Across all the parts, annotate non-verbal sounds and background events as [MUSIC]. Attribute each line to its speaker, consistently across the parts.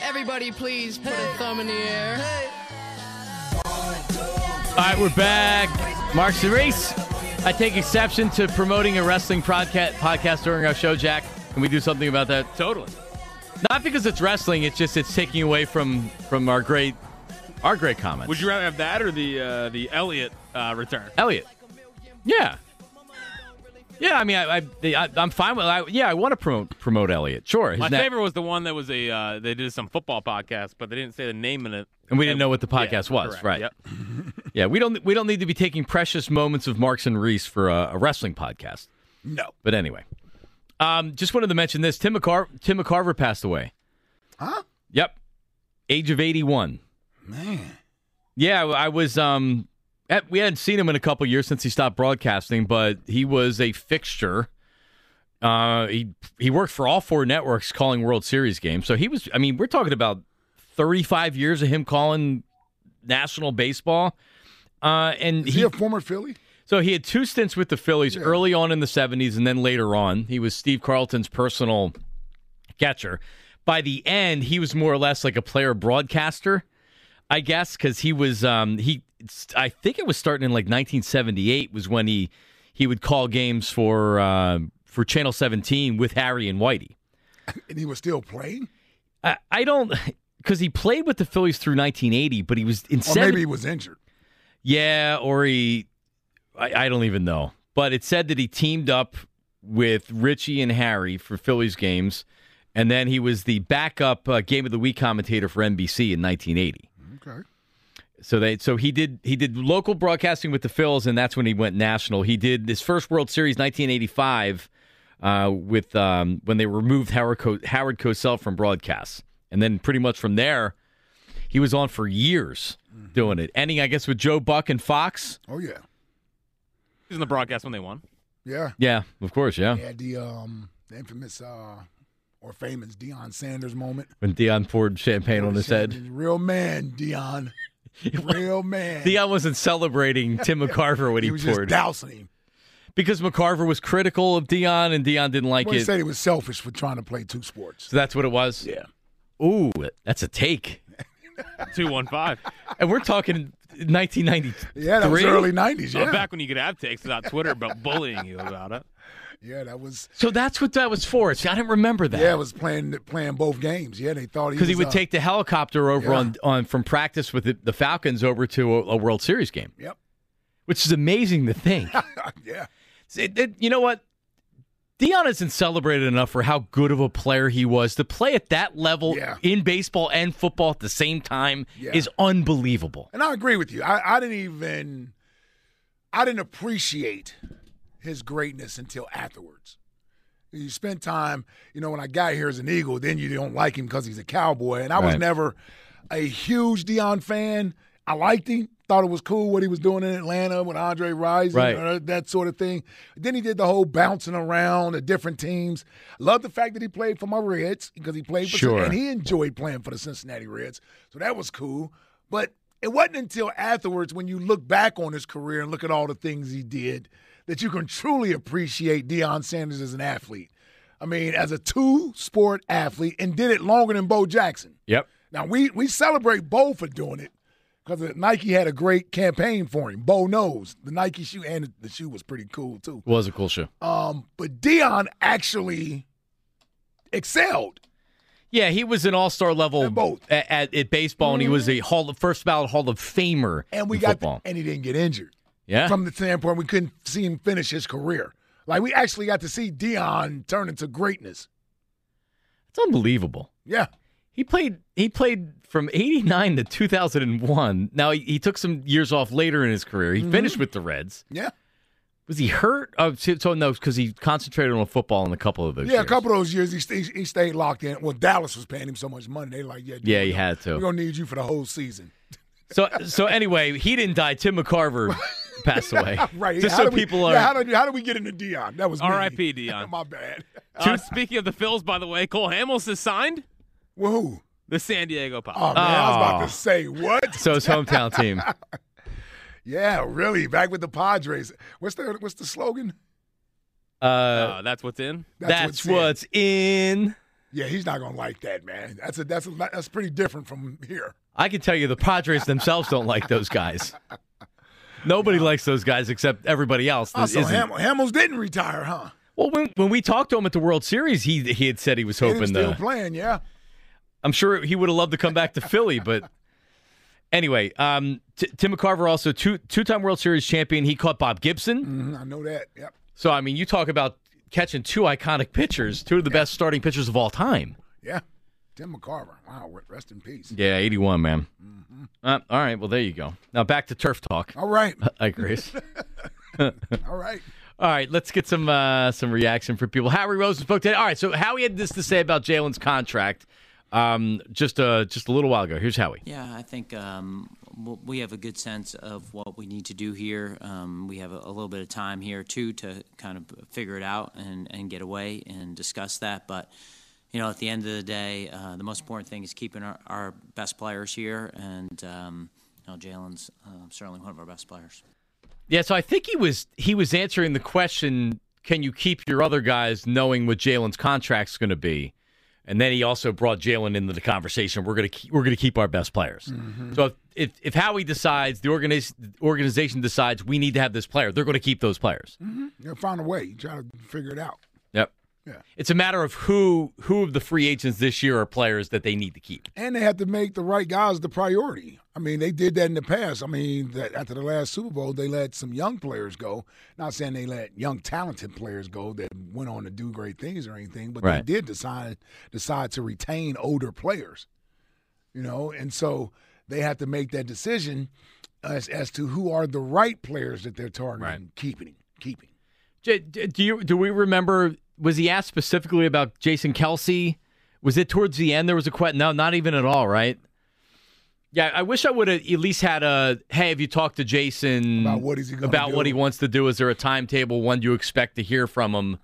Speaker 1: Everybody, please put a thumb in the air.
Speaker 2: All right, we're back. Mark Cerise, I take exception to promoting a wrestling prodca- podcast during our show, Jack. Can we do something about that? Totally. Not because it's wrestling; it's just it's taking away from from our great our great comments.
Speaker 3: Would you rather have that or the uh, the Elliot uh, return?
Speaker 2: Elliot? Yeah, yeah. I mean, I, I, the- I I'm fine with. I, yeah, I want to promote promote Elliot. Sure. His
Speaker 3: My
Speaker 2: na-
Speaker 3: favorite was the one that was a uh, they did some football podcast, but they didn't say the name in it,
Speaker 2: And we didn't know what the podcast was,
Speaker 3: correct.
Speaker 2: right.
Speaker 3: Yep.
Speaker 2: Yeah, we don't we don't need to be taking precious moments of Marks and Reese for a, a wrestling podcast. No, but anyway, um, just wanted to mention this: Tim McCarver, Tim McCarver passed away.
Speaker 4: Huh?
Speaker 2: Yep, age of eighty-one.
Speaker 4: Man.
Speaker 2: Yeah, I was. Um, at, we hadn't seen him in a couple years since he stopped broadcasting, but he was a fixture. Uh, he he worked for all four networks calling World Series games, so he was. I mean, we're talking about thirty-five years of him calling national baseball. Uh, and
Speaker 4: Is he, a former Philly?
Speaker 2: so he had two stints with the Phillies early on in the 70s and then later on. He was Steve Carlton's personal catcher. By the end, he was more or less like a player broadcaster, I guess, because he was um, he. I think it was starting in like 1978 was when he he would call games for uh, for Channel 17 with Harry and Whitey.
Speaker 4: And he was still playing?
Speaker 2: I, I don't because he played with the Phillies through 1980, but he was in
Speaker 4: Or
Speaker 2: 70
Speaker 4: maybe he was injured.
Speaker 2: Yeah, or he, I, I don't even know. But it said that he teamed up with Richie and Harry for Phillies games, and then he was the backup uh, game of the week commentator for NBC in 1980.
Speaker 4: Okay.
Speaker 2: So they, so he did he did local broadcasting with the Phils, and that's when he went national. He did his first World Series 1985 uh, with um, when they removed Howard, Co- Howard Cosell from broadcasts, and then pretty much from there, he was on for years doing it, ending I guess with Joe Buck and Fox.
Speaker 4: Oh yeah.
Speaker 3: He was in the broadcast when they won.
Speaker 4: Yeah.
Speaker 2: Yeah, of course, yeah.
Speaker 4: He had the um the infamous uh or famous Deion Sanders moment.
Speaker 2: When Dion poured champagne on his head.
Speaker 4: Real man,
Speaker 2: [LAUGHS]
Speaker 4: Deion. Real man.
Speaker 2: Dion wasn't celebrating
Speaker 4: [LAUGHS]
Speaker 2: Tim McCarver when
Speaker 4: he
Speaker 2: he,
Speaker 4: was just
Speaker 2: poured.
Speaker 4: dousing him.
Speaker 2: because McCarver was critical of Dion and Dion didn't like
Speaker 4: Well, he
Speaker 2: it.
Speaker 4: said he was selfish for trying to play two sports.
Speaker 2: so that's what it was? Yeah. Ooh, that's a take.
Speaker 3: Two one five.
Speaker 2: And we're talking 1993.
Speaker 4: Yeah, that was early nineties. Yeah,
Speaker 3: Uh, Back when you could have takes without Twitter about bullying you about it.
Speaker 4: yeah, that was.
Speaker 2: So that's what that was for. See, I didn't remember that.
Speaker 4: Yeah, it was playing playing both games. Yeah, they thought he
Speaker 2: because he
Speaker 4: was,
Speaker 2: would
Speaker 4: uh,
Speaker 2: take the helicopter over
Speaker 4: yeah.
Speaker 2: on, on from practice with the, the Falcons over to a, a World Series game.
Speaker 4: Yep.
Speaker 2: Which is amazing to think.
Speaker 4: [LAUGHS] Yeah,
Speaker 2: It- it- you know what? Dion isn't celebrated enough for how good of a player he was. To play at that level
Speaker 4: Yeah.
Speaker 2: in baseball and football at the same time
Speaker 4: Yeah.
Speaker 2: is unbelievable.
Speaker 4: and I agree with you. I, I didn't even, I didn't appreciate his greatness until afterwards. You spend time, you know, when I got here as an Eagle, then you don't like him because he's a Cowboy. And I was
Speaker 2: Right.
Speaker 4: never a huge Dion fan. I liked him, thought it was cool what he was doing in Atlanta with Andre Rising,
Speaker 2: Right.
Speaker 4: or that sort of thing. Then he did the whole bouncing around at different teams. Love the fact that he played for my Reds because he played for
Speaker 2: Sure.
Speaker 4: and he enjoyed playing for the Cincinnati Reds, so that was cool. But it wasn't until afterwards when you look back on his career and look at all the things he did that you can truly appreciate Deion Sanders as an athlete. I mean, as a two-sport athlete, and did it longer than Bo Jackson.
Speaker 2: Yep.
Speaker 4: Now we we celebrate Bo for doing it because Nike had a great campaign for him. Bo knows the Nike shoe and the shoe was pretty cool too.
Speaker 2: Was a cool show.
Speaker 4: Um, but Dion actually excelled.
Speaker 2: Yeah, he was an all star level
Speaker 4: At both. Mm-hmm.
Speaker 2: at, at, at baseball, and he was a hall first ballot Hall of Famer.
Speaker 4: And we
Speaker 2: in
Speaker 4: got
Speaker 2: football.
Speaker 4: and he didn't get
Speaker 2: [LAUGHS]
Speaker 4: injured.
Speaker 2: yeah,
Speaker 4: From the standpoint, we couldn't see him finish his career. Like we actually got to see Dion turn into greatness.
Speaker 2: it's unbelievable.
Speaker 4: Yeah.
Speaker 2: He played. He played from eighty nine to two thousand and one. Now he, he took some years off later in his career.
Speaker 4: Mm-hmm.
Speaker 2: He finished with the Reds.
Speaker 4: Yeah.
Speaker 2: Was he hurt? Oh, so so no, because he concentrated on football in a couple of those.
Speaker 4: Yeah, a
Speaker 2: years.
Speaker 4: couple of those years he, st- he stayed locked in. Well, Dallas was paying him so much money. They like, yeah, dude,
Speaker 2: Yeah, he had to.
Speaker 4: we're gonna need you for the whole
Speaker 2: [LAUGHS]
Speaker 4: season.
Speaker 2: So so anyway, he didn't die. Tim
Speaker 4: [LAUGHS]
Speaker 2: McCarver passed away.
Speaker 4: Right.
Speaker 2: Just
Speaker 4: how
Speaker 2: so
Speaker 4: do we-
Speaker 2: people are.
Speaker 4: Yeah, how did how did we get into Dion? That was me.
Speaker 3: R.I.P.
Speaker 4: [LAUGHS]
Speaker 3: Dion.
Speaker 4: My bad.
Speaker 3: Uh, speaking of the Phils, by the way, Cole Hamels is signed
Speaker 4: Woo.
Speaker 3: the San Diego Pop.
Speaker 4: Oh man, I was
Speaker 2: Oh.
Speaker 4: about to say what?
Speaker 2: so his hometown
Speaker 4: [LAUGHS]
Speaker 2: team.
Speaker 4: Yeah, really. Back with the Padres. What's their what's the slogan?
Speaker 2: Uh,
Speaker 3: Uh, that's what's in.
Speaker 2: that's
Speaker 4: in.
Speaker 2: what's in.
Speaker 4: Yeah, he's not gonna like that, man. That's a that's a, that's pretty different from here.
Speaker 2: I can tell you the Padres themselves don't like those guys. Nobody likes those guys except everybody else. that
Speaker 4: Also,
Speaker 2: isn't.
Speaker 4: Ham- Hamels didn't retire, huh?
Speaker 2: well, when, when we talked to him at the World Series, he he had said he was
Speaker 4: He was
Speaker 2: hoping
Speaker 4: still
Speaker 2: to.
Speaker 4: playing, yeah.
Speaker 2: I'm sure he would have loved to come back to Philly, but anyway, um, T- Tim McCarver also two two time World Series champion. He caught Bob Gibson.
Speaker 4: Mhm, I know that. Yep.
Speaker 2: So I mean, you talk about catching two iconic pitchers, two of the best starting pitchers of all time.
Speaker 4: Yeah. Tim McCarver. Wow. Rest in peace.
Speaker 2: Yeah, 81, man. Uh, all right, well there you go. Now back to turf talk.
Speaker 4: All right.
Speaker 2: I Grace.
Speaker 4: All right.
Speaker 2: all right, let's get some uh, some reaction from people. Howie Rosen spoke today. All right, so Howie had this to say about Jalen's contract um, just uh, just a little while ago. Here's Howie.
Speaker 5: Yeah, I think um, w- we have a good sense of what we need to do here. Um, we have a, a little bit of time here too to kind of figure it out and, and get away and discuss that. But you know, at the end of the day, uh, the most important thing is keeping our, our best players here, and um, you know, Jalen's uh, certainly one of our best players.
Speaker 2: Yeah, so I think he was he was answering the question: Can you keep your other guys knowing what Jalen's contract's going to be? And then he also brought Jalen into the conversation. We're going to we're going to keep our best players. So if, if if Howie decides the organization organization decides we need to have this player, they're going to keep those players.
Speaker 4: You find a way. You try to figure it out.
Speaker 2: Yep.
Speaker 4: Yeah.
Speaker 2: It's a matter of who who of the free agents this year are players that they need to keep.
Speaker 4: And they have to make the right guys the priority. I mean, they did that in the past. I mean, that after the last Super Bowl, they let some young players go. Not saying they let young, talented players go that went on to do great things or anything, but
Speaker 2: Right.
Speaker 4: they did decide decide to retain older players. You know, and so they have to make that decision as as to who are the right players that they're targeting,
Speaker 2: Right.
Speaker 4: keeping, keeping.
Speaker 2: J- d- Do you do we remember? Was he asked specifically about Jason Kelsey? Was it towards the end? There was a question. No, not even at all. Right? Yeah, I wish I would have at least had a. Hey, have you talked to Jason
Speaker 4: About what is he gonna
Speaker 2: about
Speaker 4: do?"
Speaker 2: what he wants to do? Is there a timetable? When do you expect to hear from him?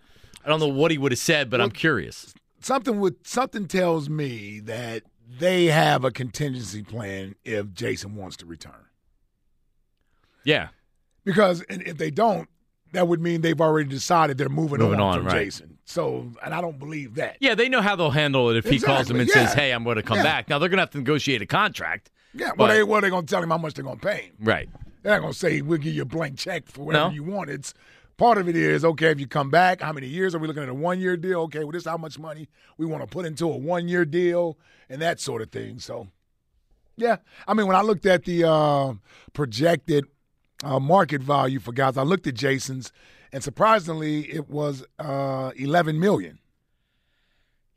Speaker 2: I don't know what he would have said, but I'm curious.
Speaker 4: something with something tells me that they have a contingency plan if Jason wants to return.
Speaker 2: Yeah,
Speaker 4: Because and if they don't, that would mean they've already decided they're moving,
Speaker 2: Moving on,
Speaker 4: from
Speaker 2: right.
Speaker 4: Jason. So, and I don't believe that.
Speaker 2: yeah, they know how they'll handle it if he calls them
Speaker 4: Exactly,
Speaker 2: and says,
Speaker 4: yeah.
Speaker 2: "Hey, I'm going to come
Speaker 4: Yeah.
Speaker 2: back." Now they're going to have to negotiate a contract,
Speaker 4: Yeah,
Speaker 2: But-
Speaker 4: well, they well, they're gonna tell him how much they're gonna pay him.
Speaker 2: right?
Speaker 4: They're not gonna say we'll give you a blank check for whatever
Speaker 2: No.
Speaker 4: you want. It's part of it is okay if you come back. How many years are we looking at a one year deal? Okay, well, this is how much money we want to put into a one year deal and that sort of thing. So, yeah, I mean, when I looked at the uh, projected uh, market value for guys, I looked at Jason's, and surprisingly, it was uh, eleven million.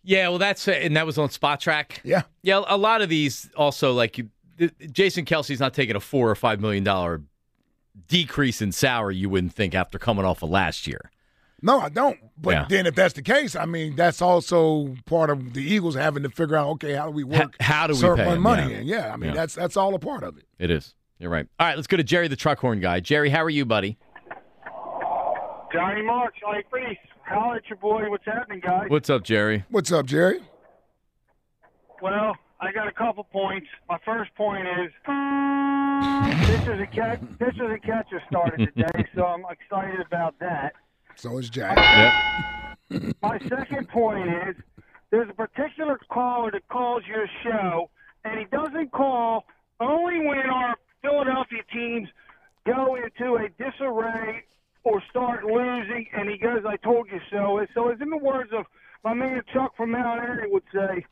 Speaker 2: Yeah, well, that's and that was on Spot Track.
Speaker 4: Yeah,
Speaker 2: Yeah, a lot of these also like you, th- Jason Kelsey's not taking a four or five million dollar decrease in salary. You wouldn't think after coming off of last year.
Speaker 4: No, I don't. But
Speaker 2: Yeah.
Speaker 4: then, if that's the case, I mean, that's also part of the Eagles having to figure out, okay, how do we work?
Speaker 2: how do we
Speaker 4: certain
Speaker 2: pay 'em?
Speaker 4: money?
Speaker 2: Yeah.
Speaker 4: in? yeah, I mean,
Speaker 2: Yeah.
Speaker 4: that's that's all a part of it.
Speaker 2: It is. You're right. All right, let's go to Jerry the truck horn guy. Jerry, how are you, buddy?
Speaker 6: Johnny Marks, Johnny Priest. Holler at your boy. What's happening, guys?
Speaker 2: What's up, Jerry?
Speaker 4: What's up, Jerry?
Speaker 6: Well, I got a couple points. My first point is this is a catch. This is a catch that started today, so I'm excited about that.
Speaker 4: So is Jack.
Speaker 2: Yep.
Speaker 6: My second point is there's a particular caller that calls your show, and he doesn't call only when our Philadelphia teams go into a disarray or start losing, and he goes, I told you so. And So, as in the words of my man Chuck from Mount Airy would say,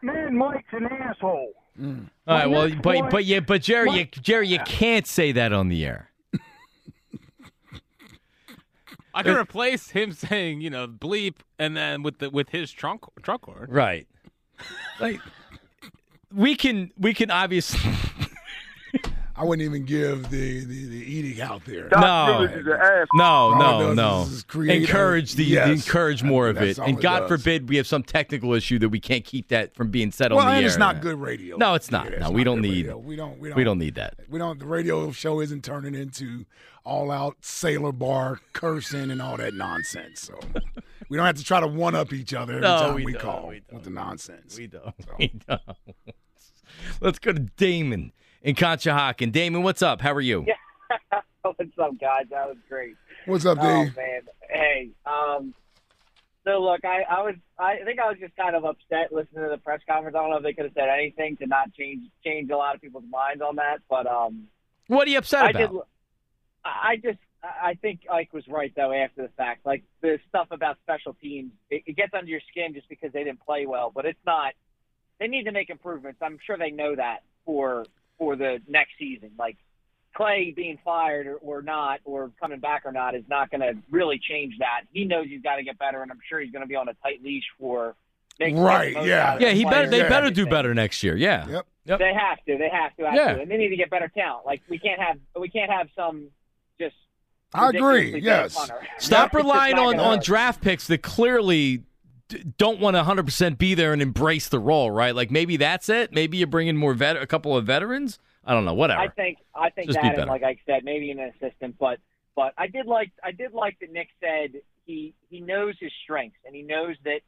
Speaker 6: man, Mike's an asshole.
Speaker 2: All right. Well,
Speaker 6: next
Speaker 2: but
Speaker 6: one-
Speaker 2: but yeah, but Jerry, you,
Speaker 6: Mike-
Speaker 2: Jerry, you can't say that on the air.
Speaker 3: I can replace him [LAUGHS] saying, you know, bleep, and then with the with his trunk trunk horn.
Speaker 2: Right. Like we can we can obviously
Speaker 4: I wouldn't even give the, the, the edict out there.
Speaker 2: no
Speaker 6: This is an asshole.
Speaker 2: no
Speaker 4: All it
Speaker 2: no
Speaker 4: does
Speaker 2: no
Speaker 4: is create
Speaker 2: encourage
Speaker 4: a-
Speaker 2: the,
Speaker 4: Yes.
Speaker 2: encourage more of
Speaker 4: That's
Speaker 2: it
Speaker 4: all
Speaker 2: and
Speaker 4: it
Speaker 2: God
Speaker 4: does.
Speaker 2: forbid we have some technical issue that we can't keep that from being said
Speaker 4: Well,
Speaker 2: on the
Speaker 4: and
Speaker 2: air.
Speaker 4: it's not good radio.
Speaker 2: No, it's not.
Speaker 4: Yeah,
Speaker 2: No, we don't
Speaker 4: good
Speaker 2: need-
Speaker 4: radio. We don't. We don't.
Speaker 2: We don't need that.
Speaker 4: We don't. The radio show isn't turning into all-out sailor bar cursing and all that nonsense. So [LAUGHS] we don't have to try to one up each other every
Speaker 2: No,
Speaker 4: time
Speaker 2: we
Speaker 4: we,
Speaker 2: don't,
Speaker 4: call
Speaker 2: we
Speaker 4: with the nonsense.
Speaker 2: We don't. [LAUGHS] We don't. Let's go to Damon in Conshohocken. Damon, what's up? How are you?
Speaker 7: What's up, guys? That was great.
Speaker 4: What's up,
Speaker 7: Oh
Speaker 4: Dave?
Speaker 7: man, hey. Um, so look, I, I was, I think I was just kind of upset listening to the press conference. I don't know if they could have said anything to not change change a lot of people's minds on that, but um,
Speaker 2: What are you upset
Speaker 7: I
Speaker 2: about?
Speaker 7: did. I I just, I I think Ike was right though. After the fact, like the stuff about special teams, it, it gets under your skin just because they didn't play well, but it's not. They need to make improvements. I'm sure they know that for for the next season. Like Clay being fired or, or not, or coming back or not, is not going to really change that. He knows he's got to get better, and I'm sure he's going to be on a tight leash for. making the
Speaker 4: Right,
Speaker 7: most
Speaker 4: yeah.
Speaker 7: out of
Speaker 2: yeah,
Speaker 7: his
Speaker 2: he better.
Speaker 7: players
Speaker 2: They
Speaker 7: and
Speaker 2: better do
Speaker 7: everything.
Speaker 2: better next year. Yeah.
Speaker 4: Yep.
Speaker 7: They have to. They have to. Have
Speaker 2: Yeah.
Speaker 7: to. And they need to get better talent. Like we can't have. We can't have some just.
Speaker 4: I agree,
Speaker 7: ridiculously bad
Speaker 4: yes.
Speaker 7: punter.
Speaker 2: Stop
Speaker 7: It's just
Speaker 2: relying
Speaker 7: not
Speaker 2: on,
Speaker 7: gonna
Speaker 2: on
Speaker 7: work.
Speaker 2: draft picks that clearly d- don't want to 100% be there and embrace the role, right? Like maybe that's it. Maybe you bring in more vet- a couple of veterans. I don't know, whatever.
Speaker 7: I think. I think
Speaker 2: Just be
Speaker 7: that, and
Speaker 2: better.
Speaker 7: like I said, maybe an assistant. But but I did like. I did like that Nick said he he knows his strengths and he knows that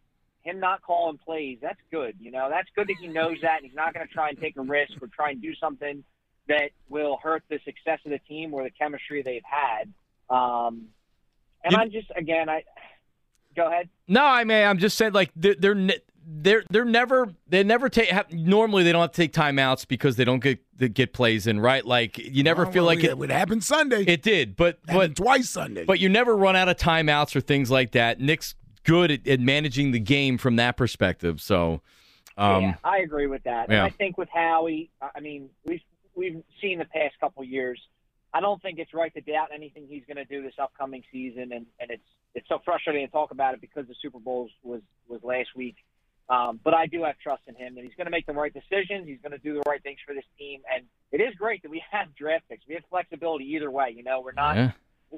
Speaker 7: him not calling plays. That's good. You know, that's good that he knows that and he's not going to try and take a risk or try and do something that will hurt the success of the team or the chemistry they've had. Um, and
Speaker 2: Did-
Speaker 7: I'm just again, I go ahead.
Speaker 2: no, I mean, I'm just saying like they're they're ne- they're, they're never they never take ha- normally they don't have to take timeouts because they don't get they get plays in, right? Like you never feel like
Speaker 4: Oh, it
Speaker 2: it,
Speaker 4: would happen Sunday.
Speaker 2: it did, but
Speaker 4: happened
Speaker 2: but
Speaker 4: twice Sunday.
Speaker 2: But you never run out of timeouts or things like that. Nick's good at, at managing the game from that perspective. So, um,
Speaker 7: yeah, I agree with that.
Speaker 2: yeah.
Speaker 7: And I think with Howie, I I mean, we've we've seen the past couple years. I don't think it's right to doubt anything he's going to do this upcoming season, and and it's it's so frustrating to talk about it because the Super Bowl was was last week. Um, but I do have trust in him, and he's going to make the right decisions. He's going to do the right things for this team, and it is great that we [LAUGHS] have draft picks. We have flexibility either way. You know, we're not
Speaker 2: yeah.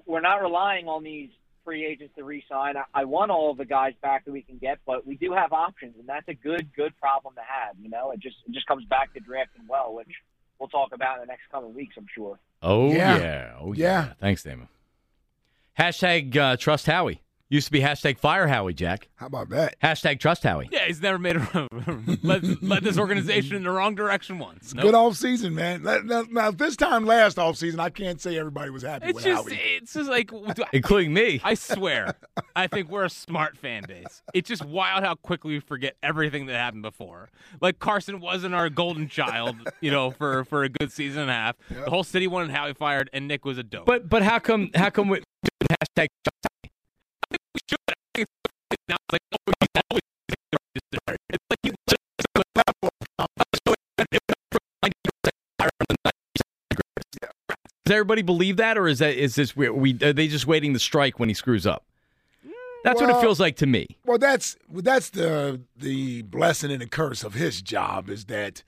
Speaker 7: we're not relying on these free agents to re-sign. I, I want all of the guys back that we can get, but we do have options, and that's a good, good problem to have. You know, it just it just comes back to drafting well, which we'll talk about in the next coming weeks, I'm sure.
Speaker 2: Oh yeah.
Speaker 4: Yeah.
Speaker 2: Oh
Speaker 4: Yeah.
Speaker 2: Thanks, Damon. Hashtag uh, trust Howie. Used to be hashtag fire Howie, Jack.
Speaker 4: How about that?
Speaker 2: Hashtag trust Howie.
Speaker 3: Yeah, he's never made a [LAUGHS] led, led this organization in the wrong direction once. Nope.
Speaker 4: Good off season, man. Let- Now, now, if this time last off season, I can't say everybody was happy
Speaker 3: It's
Speaker 4: with
Speaker 3: just,
Speaker 4: Howie.
Speaker 3: it's just like,
Speaker 2: Including me.
Speaker 3: I swear, I think we're a smart fan base. It's just wild how quickly we forget everything that happened before. Like Carson wasn't our golden child, you know, for for a good season and a half. The whole city wanted Howie fired, and Nick was a dope.
Speaker 2: but but how come how come we hashtag trust Howie?
Speaker 3: we should. I think it's now it's like, oh, you always make the right decision. It's like you let us on the platform. Uh, so it- it went from 90% higher than 90% greatest.
Speaker 2: Does everybody believe that, or is that is this we, we are they just waiting to strike when he screws up? That's what it
Speaker 4: Well-
Speaker 2: feels like to me.
Speaker 4: Well, that's well, that's the the blessing and the curse of his job is that,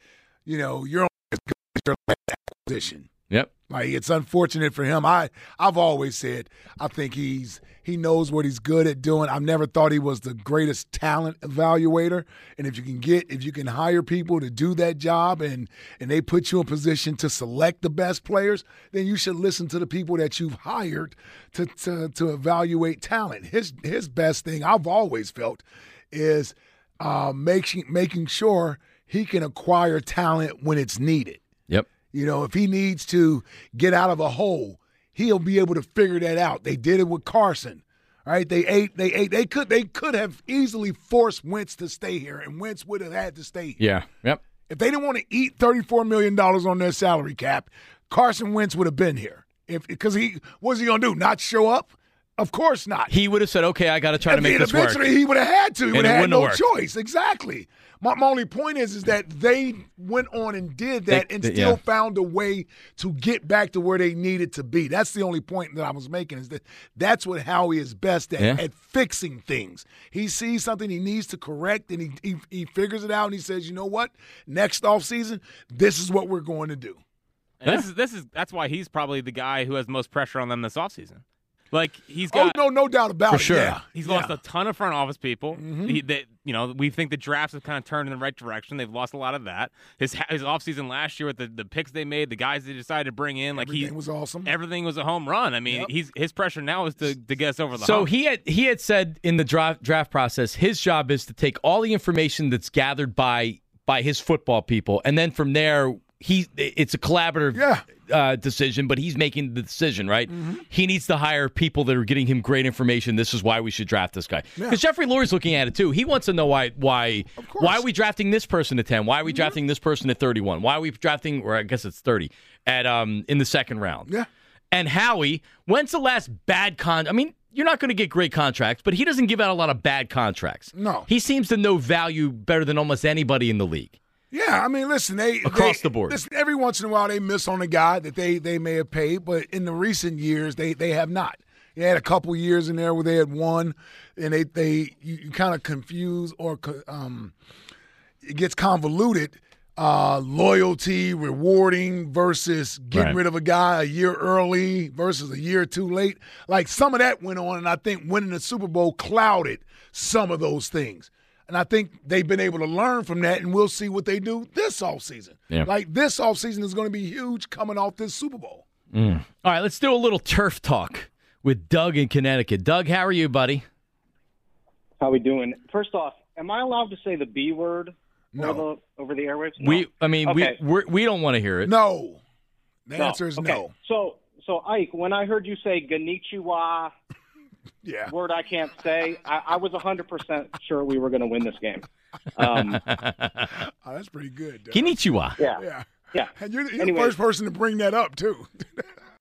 Speaker 4: you know, you're only as good as your last acquisition.
Speaker 2: Yep.
Speaker 4: Like it's unfortunate for him. I I've always said I think he's he knows what he's good at doing. I've never thought he was the greatest talent evaluator. And if you can get if you can hire people to do that job and and they put you in position to select the best players, then you should listen to the people that you've hired to to, to evaluate talent. His his best thing I've always felt is uh, making making sure he can acquire talent when it's needed.
Speaker 2: Yep.
Speaker 4: You know, if he needs to get out of a hole, he'll be able to figure that out. They did it with Carson. Right? They ate they ate they could they could have easily forced Wentz to stay here and Wentz would have had to stay here.
Speaker 2: Yeah. Yep.
Speaker 4: If they didn't want to eat $34 million on their salary cap, Carson Wentz would have been here. If because he what's he gonna do? Not show up? Of course not
Speaker 2: He would have said, "Okay, I got to try to make
Speaker 4: if he'd
Speaker 2: this work."
Speaker 4: eventually he would have had to. He would
Speaker 2: it
Speaker 4: have had
Speaker 2: wouldn't have
Speaker 4: no
Speaker 2: worked.
Speaker 4: choice. Exactly. My, my only point is, is that they went on and did that
Speaker 2: They-
Speaker 4: and
Speaker 2: they-
Speaker 4: still
Speaker 2: yeah.
Speaker 4: found a way to get back to where they needed to be. That's the only point that I was making is that that's what Howie is best at,
Speaker 2: Yeah.
Speaker 4: at fixing things. He sees something he needs to correct and he, he, he figures it out and he says, you know what? Next offseason, this is what we're going to do.
Speaker 3: And This is this is that's why he's probably the guy who has most pressure on them this offseason. Like he's
Speaker 4: Oh,
Speaker 3: got
Speaker 4: no, no doubt about
Speaker 2: For
Speaker 4: it.
Speaker 2: sure.
Speaker 4: Yeah. Mm-hmm.
Speaker 3: He's lost a ton of front office people. He, they, you know, we think the drafts have kind of turned in the right direction. They've lost a lot of that. His his offseason last year with the, the picks they made, the guys they decided to bring in, like
Speaker 4: Everything
Speaker 3: he
Speaker 4: was awesome.
Speaker 3: everything was a home run. I mean, he's his pressure now is to, to get us over the
Speaker 2: So
Speaker 3: hump.
Speaker 2: he had he had said in the draft draft process, his job is to take all the information that's gathered by by his football people, and then from there he it's a collaborative
Speaker 4: Yeah.
Speaker 2: uh, decision, but he's making the decision, right? He needs to hire people that are getting him great information. This is why we should draft this guy because Jeffrey Lurie's looking at it too. He wants to know why why why are we drafting this person at ten? Why are we drafting this person at thirty one? Why are we drafting or I guess it's thirty at um in the second round?
Speaker 4: Yeah.
Speaker 2: And Howie, when's the last bad con? I mean, you're not going to get great contracts, but he doesn't give out a lot of bad contracts.
Speaker 4: No.
Speaker 2: he seems to know value better than almost anybody in the league.
Speaker 4: Yeah, I mean, listen, they
Speaker 2: Across
Speaker 4: they-
Speaker 2: the board.
Speaker 4: Listen, every once in a while they miss on a guy that they they may have paid, but in the recent years they they have not. They had a couple years in there where they had one, and they they you, you kind of confuse or co- um, it gets convoluted. Uh, loyalty, rewarding versus getting
Speaker 2: Right.
Speaker 4: rid of a guy a year early versus a year too late. Like some of that went on, and I think winning the Super Bowl clouded some of those things. And I think they've been able to learn from that, and we'll see what they do this offseason.
Speaker 2: Yeah.
Speaker 4: Like this offseason is going to be huge coming off this Super Bowl.
Speaker 2: All right, let's do a little turf talk with Doug in Connecticut. Doug, how are you, buddy?
Speaker 7: How we doing? First off, am I allowed to say the B word over the over the airwaves? No.
Speaker 2: We, I mean,
Speaker 7: Okay.
Speaker 2: we we're, we don't want to hear it.
Speaker 4: No. The
Speaker 7: No.
Speaker 4: answer is
Speaker 7: Okay.
Speaker 4: no.
Speaker 7: So so Ike, when I heard you say Ganichiwa,
Speaker 4: Yeah.
Speaker 7: word I can't say, I, I was hundred percent sure we were going to win this game. Um,
Speaker 4: Oh, that's pretty good. Doug.
Speaker 2: Konnichiwa.
Speaker 7: yeah,
Speaker 4: yeah.
Speaker 7: yeah.
Speaker 4: And [LAUGHS] you're, you're
Speaker 7: Anyway.
Speaker 4: the first person to bring that up, too.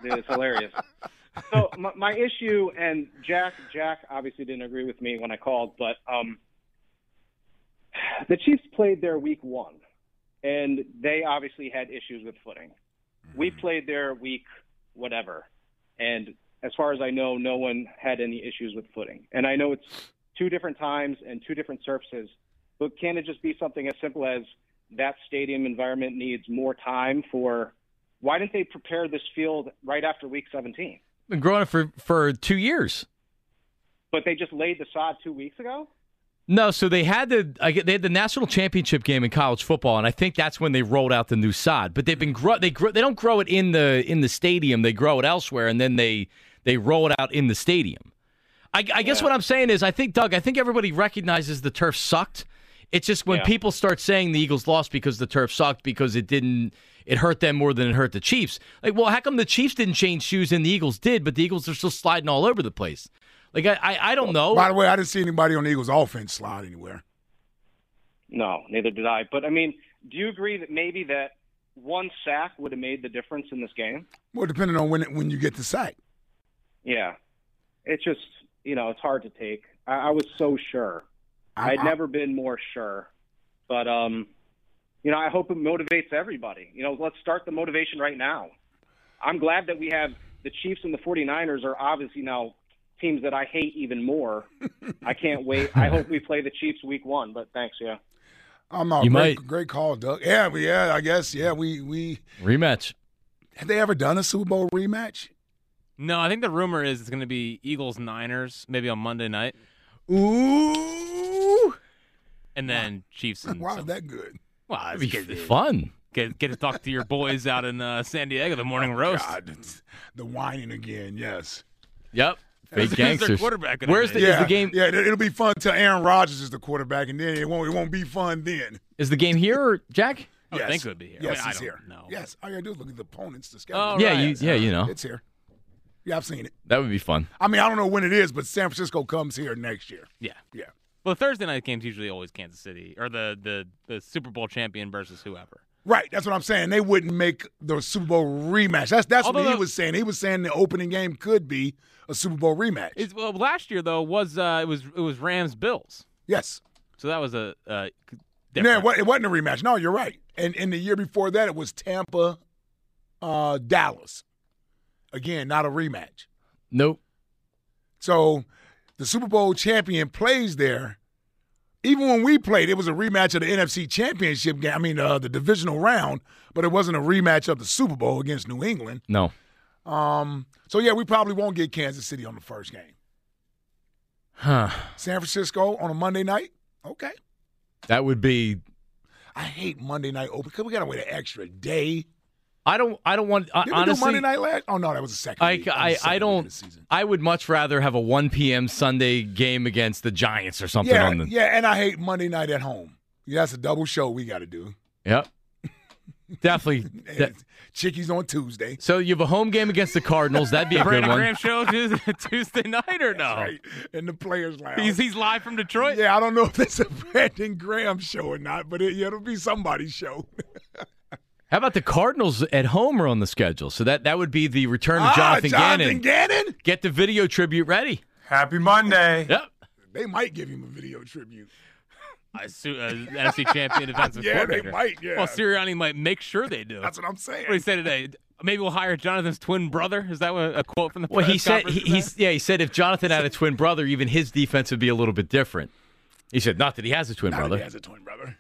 Speaker 7: It's hilarious. So my, my issue, and Jack, Jack obviously didn't agree with me when I called, but um, the Chiefs played their week one, and they obviously had issues with footing. We played their week whatever, and as far as I know, no one had any issues with footing. And I know it's two different times and two different surfaces, but can it just be something as simple as that stadium environment needs more time for? Why didn't they prepare this field right after week 17?
Speaker 2: Been growing it for for two years.
Speaker 7: But they just laid the sod two weeks ago.
Speaker 2: No, so they had the I get- they had the national championship game in college football, and I think that's when they rolled out the new sod. But they've been grow they grow they don't grow it in the in the stadium; they grow it elsewhere, and then they they roll it out in the stadium. I, I guess what I'm saying is, I think Doug, I think everybody recognizes the turf sucked. It's just when people start saying the Eagles lost because the turf sucked because it didn't it hurt them more than it hurt the Chiefs. Like, well, how come the Chiefs didn't change shoes and the Eagles did, but the Eagles are still sliding all over the place? Like, I I, I don't
Speaker 7: Oh.
Speaker 2: know.
Speaker 4: By the way, I didn't see anybody on the Eagles offense slide anywhere.
Speaker 7: No, neither did I. But I mean, do you agree that maybe that one sack would have made the difference in this game?
Speaker 4: Well, depending on when it, when you get the sack.
Speaker 7: Yeah, it's just you know it's hard to take. I, I was so sure.
Speaker 4: I-
Speaker 7: I'd
Speaker 4: I-
Speaker 7: never been more sure. But um, you know, I hope it motivates everybody. You know, let's start the motivation right now. I'm glad that we have the Chiefs and the 49ers are obviously now teams that I hate even more.
Speaker 4: [LAUGHS]
Speaker 7: I can't wait. I hope we play the Chiefs week one. But thanks, yeah.
Speaker 4: I'm not.
Speaker 2: You
Speaker 4: great,
Speaker 2: might.
Speaker 4: great call, Doug. Yeah, we- yeah. I guess. Yeah, we we
Speaker 2: Rematch.
Speaker 4: have they ever done a Super Bowl rematch?
Speaker 3: no, I think the rumor is it's going to be Eagles Niners maybe on Monday night,
Speaker 4: Ooh,
Speaker 3: and then Chiefs
Speaker 4: [LAUGHS]
Speaker 3: and
Speaker 4: wow,
Speaker 3: some-
Speaker 4: that good.
Speaker 3: Well, it's
Speaker 2: It'd
Speaker 3: good-
Speaker 2: be fun.
Speaker 3: Get get to talk to your boys out in uh, San Diego the morning roast.
Speaker 4: Oh, God, it's- the whining again. Yes.
Speaker 2: Yep.
Speaker 3: Who's
Speaker 2: Fake
Speaker 3: their
Speaker 2: gangsters.
Speaker 3: quarterback gonna
Speaker 2: Where's
Speaker 3: be?
Speaker 2: the,
Speaker 4: yeah,
Speaker 2: is the game?
Speaker 4: Yeah, it- it'll be fun till Aaron Rodgers is the quarterback, and then it won't. It won't be fun then.
Speaker 2: Is the game here, or Jack?
Speaker 3: I would
Speaker 4: yes.
Speaker 3: think it would be here. I
Speaker 4: Yes,
Speaker 3: mean, I
Speaker 4: it's
Speaker 3: don't
Speaker 4: here.
Speaker 3: know.
Speaker 4: Yes, all you gotta do is look at the opponents. The schedule.
Speaker 3: Oh,
Speaker 2: yeah,
Speaker 3: right.
Speaker 2: you, yeah, you know
Speaker 4: it's here. Yeah, I've seen it.
Speaker 2: that would be fun.
Speaker 4: I mean, I don't know when it is, but San Francisco comes here next year.
Speaker 3: Yeah.
Speaker 4: Yeah.
Speaker 3: Well, the Thursday night game's usually always Kansas City or the the, the Super Bowl champion versus whoever.
Speaker 4: Right, that's what I'm saying. They wouldn't make the Super Bowl rematch. That's that's
Speaker 3: Although
Speaker 4: what he
Speaker 3: the-
Speaker 4: was saying. He was saying the opening game could be a Super Bowl rematch.
Speaker 3: It's, well, last year though was uh, it was it was Rams Bills,
Speaker 4: yes,
Speaker 3: so that was a uh,
Speaker 4: No, it wa- it wasn't a rematch. No, you're right. And and the year before that, it was Tampa, uh, Dallas. Again, not a rematch.
Speaker 2: Nope.
Speaker 4: So the Super Bowl champion plays there. Even when we played, it was a rematch of the NFC Championship game. I mean, uh, the divisional round, but it wasn't a rematch of the Super Bowl against New England.
Speaker 2: No.
Speaker 4: Um, so yeah, we probably won't get Kansas City on the first game.
Speaker 2: Huh.
Speaker 4: San Francisco on a Monday night. Okay.
Speaker 2: That would be.
Speaker 4: I hate Monday night open because we gotta wait an extra day.
Speaker 2: I don't. I don't want. I,
Speaker 4: Did we
Speaker 2: honestly,
Speaker 4: do Monday night last? Oh no, that was the second.
Speaker 2: I,
Speaker 4: week. That was the
Speaker 2: I,
Speaker 4: second
Speaker 2: I
Speaker 4: week of the
Speaker 2: don't.
Speaker 4: season.
Speaker 2: I would much rather have a 1 p.m. Sunday game against the Giants or something
Speaker 4: Yeah,
Speaker 2: on the.
Speaker 4: yeah, and I hate Monday night at home. Yeah, that's a double show we got to do.
Speaker 2: Yep.
Speaker 4: [LAUGHS]
Speaker 2: Definitely.
Speaker 4: And
Speaker 2: that-
Speaker 4: Chickies on Tuesday.
Speaker 2: so you have a home game against the Cardinals. That'd be a good
Speaker 3: Brandon
Speaker 2: one.
Speaker 3: Graham show Tuesday, [LAUGHS] Tuesday night or
Speaker 2: Oh.
Speaker 3: no?
Speaker 4: Right. And the players lounge.
Speaker 3: He's he's live from Detroit.
Speaker 4: yeah, I don't know if that's a [LAUGHS] Brandon Graham show or not, but it, yeah, it'll be somebody's
Speaker 2: [LAUGHS]
Speaker 4: show.
Speaker 2: How about the Cardinals at home are on the schedule? So that that would be the return of
Speaker 4: Ah,
Speaker 2: Jonathan,
Speaker 4: Jonathan
Speaker 2: Gannon.
Speaker 4: Gannon?
Speaker 2: Get the video tribute ready.
Speaker 8: Happy Monday.
Speaker 2: Yep.
Speaker 4: They might give him a video tribute.
Speaker 3: I su- uh, NFC champion defensive
Speaker 4: Yeah, they
Speaker 3: coordinator.
Speaker 4: might, yeah.
Speaker 3: Well, Sirianni might make sure they do.
Speaker 4: That's what I'm
Speaker 3: What did he
Speaker 4: saying.
Speaker 3: say today? Maybe we'll hire Jonathan's twin brother. Is that what, a quote from the
Speaker 2: Well, he
Speaker 3: press
Speaker 2: said
Speaker 3: conference
Speaker 2: he,
Speaker 3: today?
Speaker 2: he's yeah. He said if Jonathan had a twin brother, even his defense would be a little bit different. He said not that he has a twin
Speaker 4: Not that
Speaker 2: brother,
Speaker 4: he has a twin brother.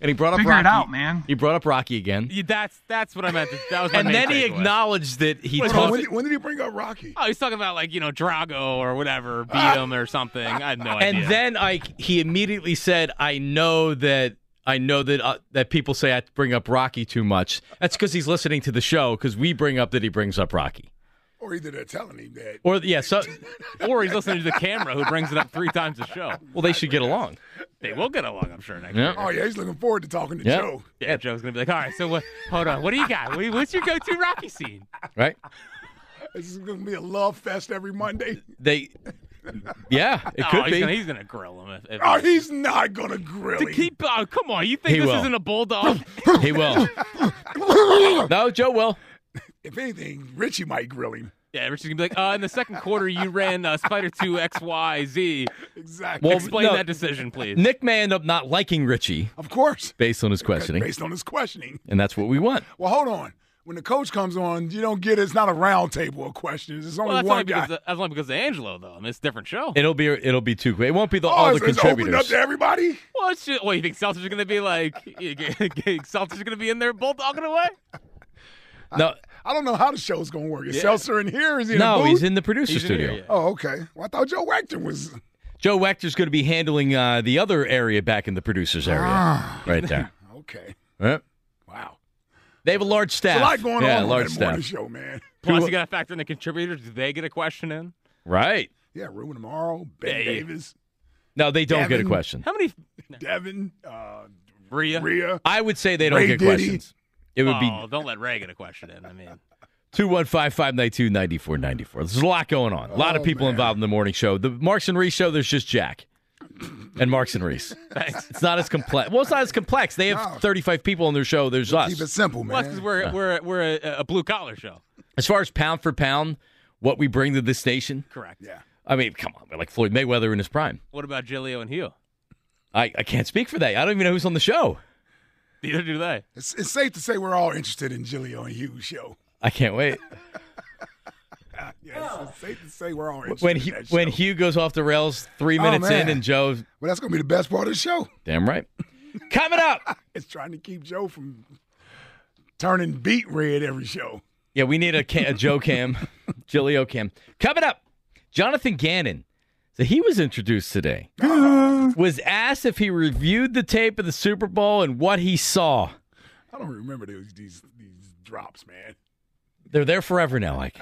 Speaker 2: and he brought up
Speaker 8: Figure
Speaker 2: Rocky.
Speaker 8: it out, man.
Speaker 2: He brought up Rocky again,
Speaker 3: Yeah, that's that's what I meant. That was my
Speaker 2: and
Speaker 3: main
Speaker 2: then he
Speaker 3: takeaway.
Speaker 2: acknowledged that he
Speaker 4: Hold
Speaker 3: Wait,
Speaker 4: on,
Speaker 2: talked.
Speaker 4: when, did- when did he bring up Rocky?
Speaker 3: Oh, he's talking about like you know Drago or whatever beat
Speaker 4: Uh,
Speaker 3: him or something. I had no idea.
Speaker 2: And then I he immediately said, "I know that." I know that uh, that people say I bring up Rocky too much. That's because he's listening to the show. Because we bring up that he brings up Rocky,
Speaker 4: Or either they're telling him that.
Speaker 2: or yeah, so
Speaker 3: or he's listening to the camera who brings it up three times a show.
Speaker 2: well they should get along.
Speaker 3: They will get along, I'm sure. Next
Speaker 2: Yeah.
Speaker 3: year.
Speaker 4: Oh yeah, he's looking forward to talking to
Speaker 2: Yeah.
Speaker 4: Joe.
Speaker 3: Yeah, Joe's gonna be like, all right, so what? Hold on, what do you got? What- What's your go-to Rocky scene?
Speaker 2: right?
Speaker 4: This is gonna be a love fest every Monday.
Speaker 2: They, yeah, it
Speaker 3: Oh,
Speaker 2: could
Speaker 3: he's
Speaker 2: be.
Speaker 3: Gonna, he's gonna grill him. If, if
Speaker 4: Oh, he's not gonna grill
Speaker 3: to
Speaker 4: him.
Speaker 3: keep. Oh, come on, you think
Speaker 2: He
Speaker 3: this
Speaker 2: will.
Speaker 3: isn't
Speaker 2: [LAUGHS]
Speaker 3: a bulldog? [LAUGHS]
Speaker 2: He will. no, Joe will.
Speaker 4: If anything, Richie might grill him.
Speaker 3: yeah, Richard's gonna be like, uh, in the second quarter, you ran uh, Spider Two X Y Z.
Speaker 4: Exactly.
Speaker 2: Well,
Speaker 3: Explain
Speaker 2: no.
Speaker 3: that decision, please.
Speaker 2: Nick may end up not liking Richie
Speaker 4: of course.
Speaker 2: based on his questioning,
Speaker 4: Based on his questioning.
Speaker 2: and that's what we want.
Speaker 4: Well, hold on. When the coach comes on, you don't get it's not a round table of questions. It's only
Speaker 3: well, that's
Speaker 4: one
Speaker 3: only,
Speaker 4: guy.
Speaker 3: because, that's only because of Angelo, though. I mean, it's a different show.
Speaker 2: It'll be it'll be too quick. It won't be the,
Speaker 4: oh,
Speaker 2: all the
Speaker 4: it's, it's opened up
Speaker 2: contributors.
Speaker 4: to everybody.
Speaker 3: Well, it's just, well, you think Celtics are going to be like, [LAUGHS] you think Celtics are going to be in there bulldogging away?
Speaker 2: No,
Speaker 4: I don't know how the show's gonna work. Is Seltzer in here? Is he in
Speaker 2: no,
Speaker 4: the booth?
Speaker 2: he's in the producer
Speaker 3: He's in
Speaker 2: studio.
Speaker 3: here, yeah.
Speaker 4: Oh, okay. Well, I thought Joe Wacton was.
Speaker 2: Joe Wector's going to be handling uh, the other area back in the producers area,
Speaker 4: Ah. [LAUGHS]
Speaker 2: right there.
Speaker 4: Okay.
Speaker 2: Right?
Speaker 4: Wow.
Speaker 2: They have a large staff.
Speaker 4: A lot going
Speaker 2: yeah,
Speaker 4: on on
Speaker 2: large
Speaker 4: that
Speaker 2: staff.
Speaker 4: morning show, man.
Speaker 3: Plus, you got to factor in the contributors. Do they get a question in?
Speaker 2: Right?
Speaker 4: Yeah, Ruben Amaro, Ben
Speaker 3: Yeah, yeah.
Speaker 4: Davis,
Speaker 2: No, they don't get a
Speaker 4: Gavin.
Speaker 2: question.
Speaker 3: How many?
Speaker 4: Devin, uh,
Speaker 3: Rhea?
Speaker 4: Rhea.
Speaker 2: I would say they don't
Speaker 4: Ray
Speaker 2: get
Speaker 4: Diddy.
Speaker 2: questions. It would be
Speaker 3: Oh, don't let Ray get a question in. I mean,
Speaker 2: 215 592 9494. There's a lot going on. A lot of
Speaker 4: Oh,
Speaker 2: people
Speaker 4: man.
Speaker 2: involved in the morning show. The Marks and Reese show, there's just Jack and Marks
Speaker 4: [LAUGHS]
Speaker 2: and Reese.
Speaker 3: thanks.
Speaker 2: It's not as complex. Well, it's not as complex. They have 35 people on their show. There's
Speaker 4: Keep it
Speaker 2: us.
Speaker 4: simple,
Speaker 3: Well, because
Speaker 4: man.
Speaker 3: we're we're we're a, a blue collar show.
Speaker 2: As far as pound for pound, what we bring to this station,
Speaker 3: Correct.
Speaker 4: Yeah.
Speaker 2: I mean, come on, we're like Floyd Mayweather in his prime.
Speaker 3: What about Gilio and Hugh?
Speaker 2: I, I can't speak for that. I don't even know who's on the show.
Speaker 3: Neither do they.
Speaker 4: It's, it's safe to say we're all interested in Gilio and Hughes' show.
Speaker 2: I
Speaker 4: [LAUGHS]
Speaker 2: can't wait.
Speaker 4: Yeah, it's- it's safe to say we're all interested
Speaker 2: When
Speaker 4: in
Speaker 2: he,
Speaker 4: that
Speaker 2: when
Speaker 4: show. Oh,
Speaker 2: Hugh goes off the rails three minutes in
Speaker 4: man.
Speaker 2: and Joe,
Speaker 4: Well, that's gonna be the best part of the show. [LAUGHS]
Speaker 2: damn right. Coming up.
Speaker 4: It's trying to keep Joe from turning beat red every show.
Speaker 2: Yeah, we need a, ca- a Joe Cam, [LAUGHS] Gilio Cam. Coming up, Jonathan Gannon. So he was
Speaker 4: [GASPS]
Speaker 2: introduced today. was asked if he reviewed the tape of the Super Bowl and what he saw.
Speaker 4: I don't remember these these, these drops, man. [LAUGHS]
Speaker 2: They're there forever now, Ike.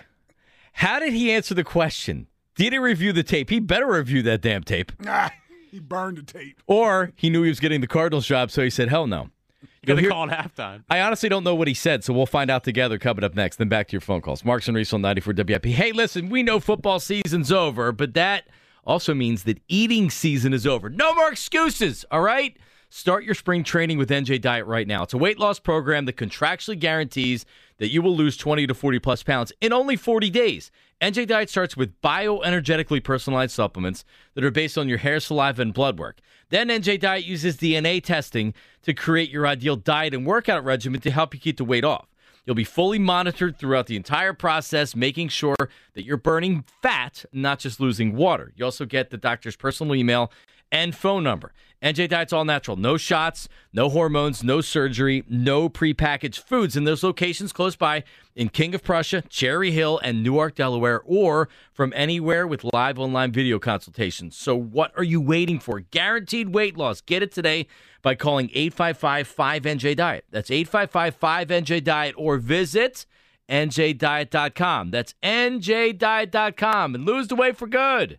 Speaker 2: How did he answer the question? Did he review the tape? He better review that damn tape.
Speaker 4: Ah, he burned the tape.
Speaker 2: Or he knew he was getting the Cardinals job, so he said, hell no.
Speaker 3: You got
Speaker 2: You'll
Speaker 3: to
Speaker 2: hear-
Speaker 3: call at halftime.
Speaker 2: I honestly don't know what he said, so we'll find out together coming up next. Then back to your phone calls. Marks and Reese on 94 WIP. Hey, listen, we know football season's over, but that also means that eating season is over. No more excuses, all right? Start your spring training with NJ Diet right now. It's a weight loss program that contractually guarantees that you will lose 20 to 40 plus pounds in only 40 days. NJ Diet starts with bioenergetically personalized supplements that are based on your hair, saliva, and blood work. Then NJ Diet uses DNA testing to create your ideal diet and workout regimen to help you keep the weight off. You'll be fully monitored throughout the entire process, making sure that you're burning fat, not just losing water. You also get the doctor's personal email and phone number. NJ Diet's all natural. No shots, no hormones, no surgery, no prepackaged foods. And there's locations close by in King of Prussia, Cherry Hill, and Newark, Delaware, or from anywhere with live online video consultations. So what are you waiting for? Guaranteed weight loss. Get it today by calling 855-5NJ-DIET. That's 855-5NJ-DIET or visit njdiet.com. That's njdiet.com and lose the weight for good.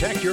Speaker 9: Protect your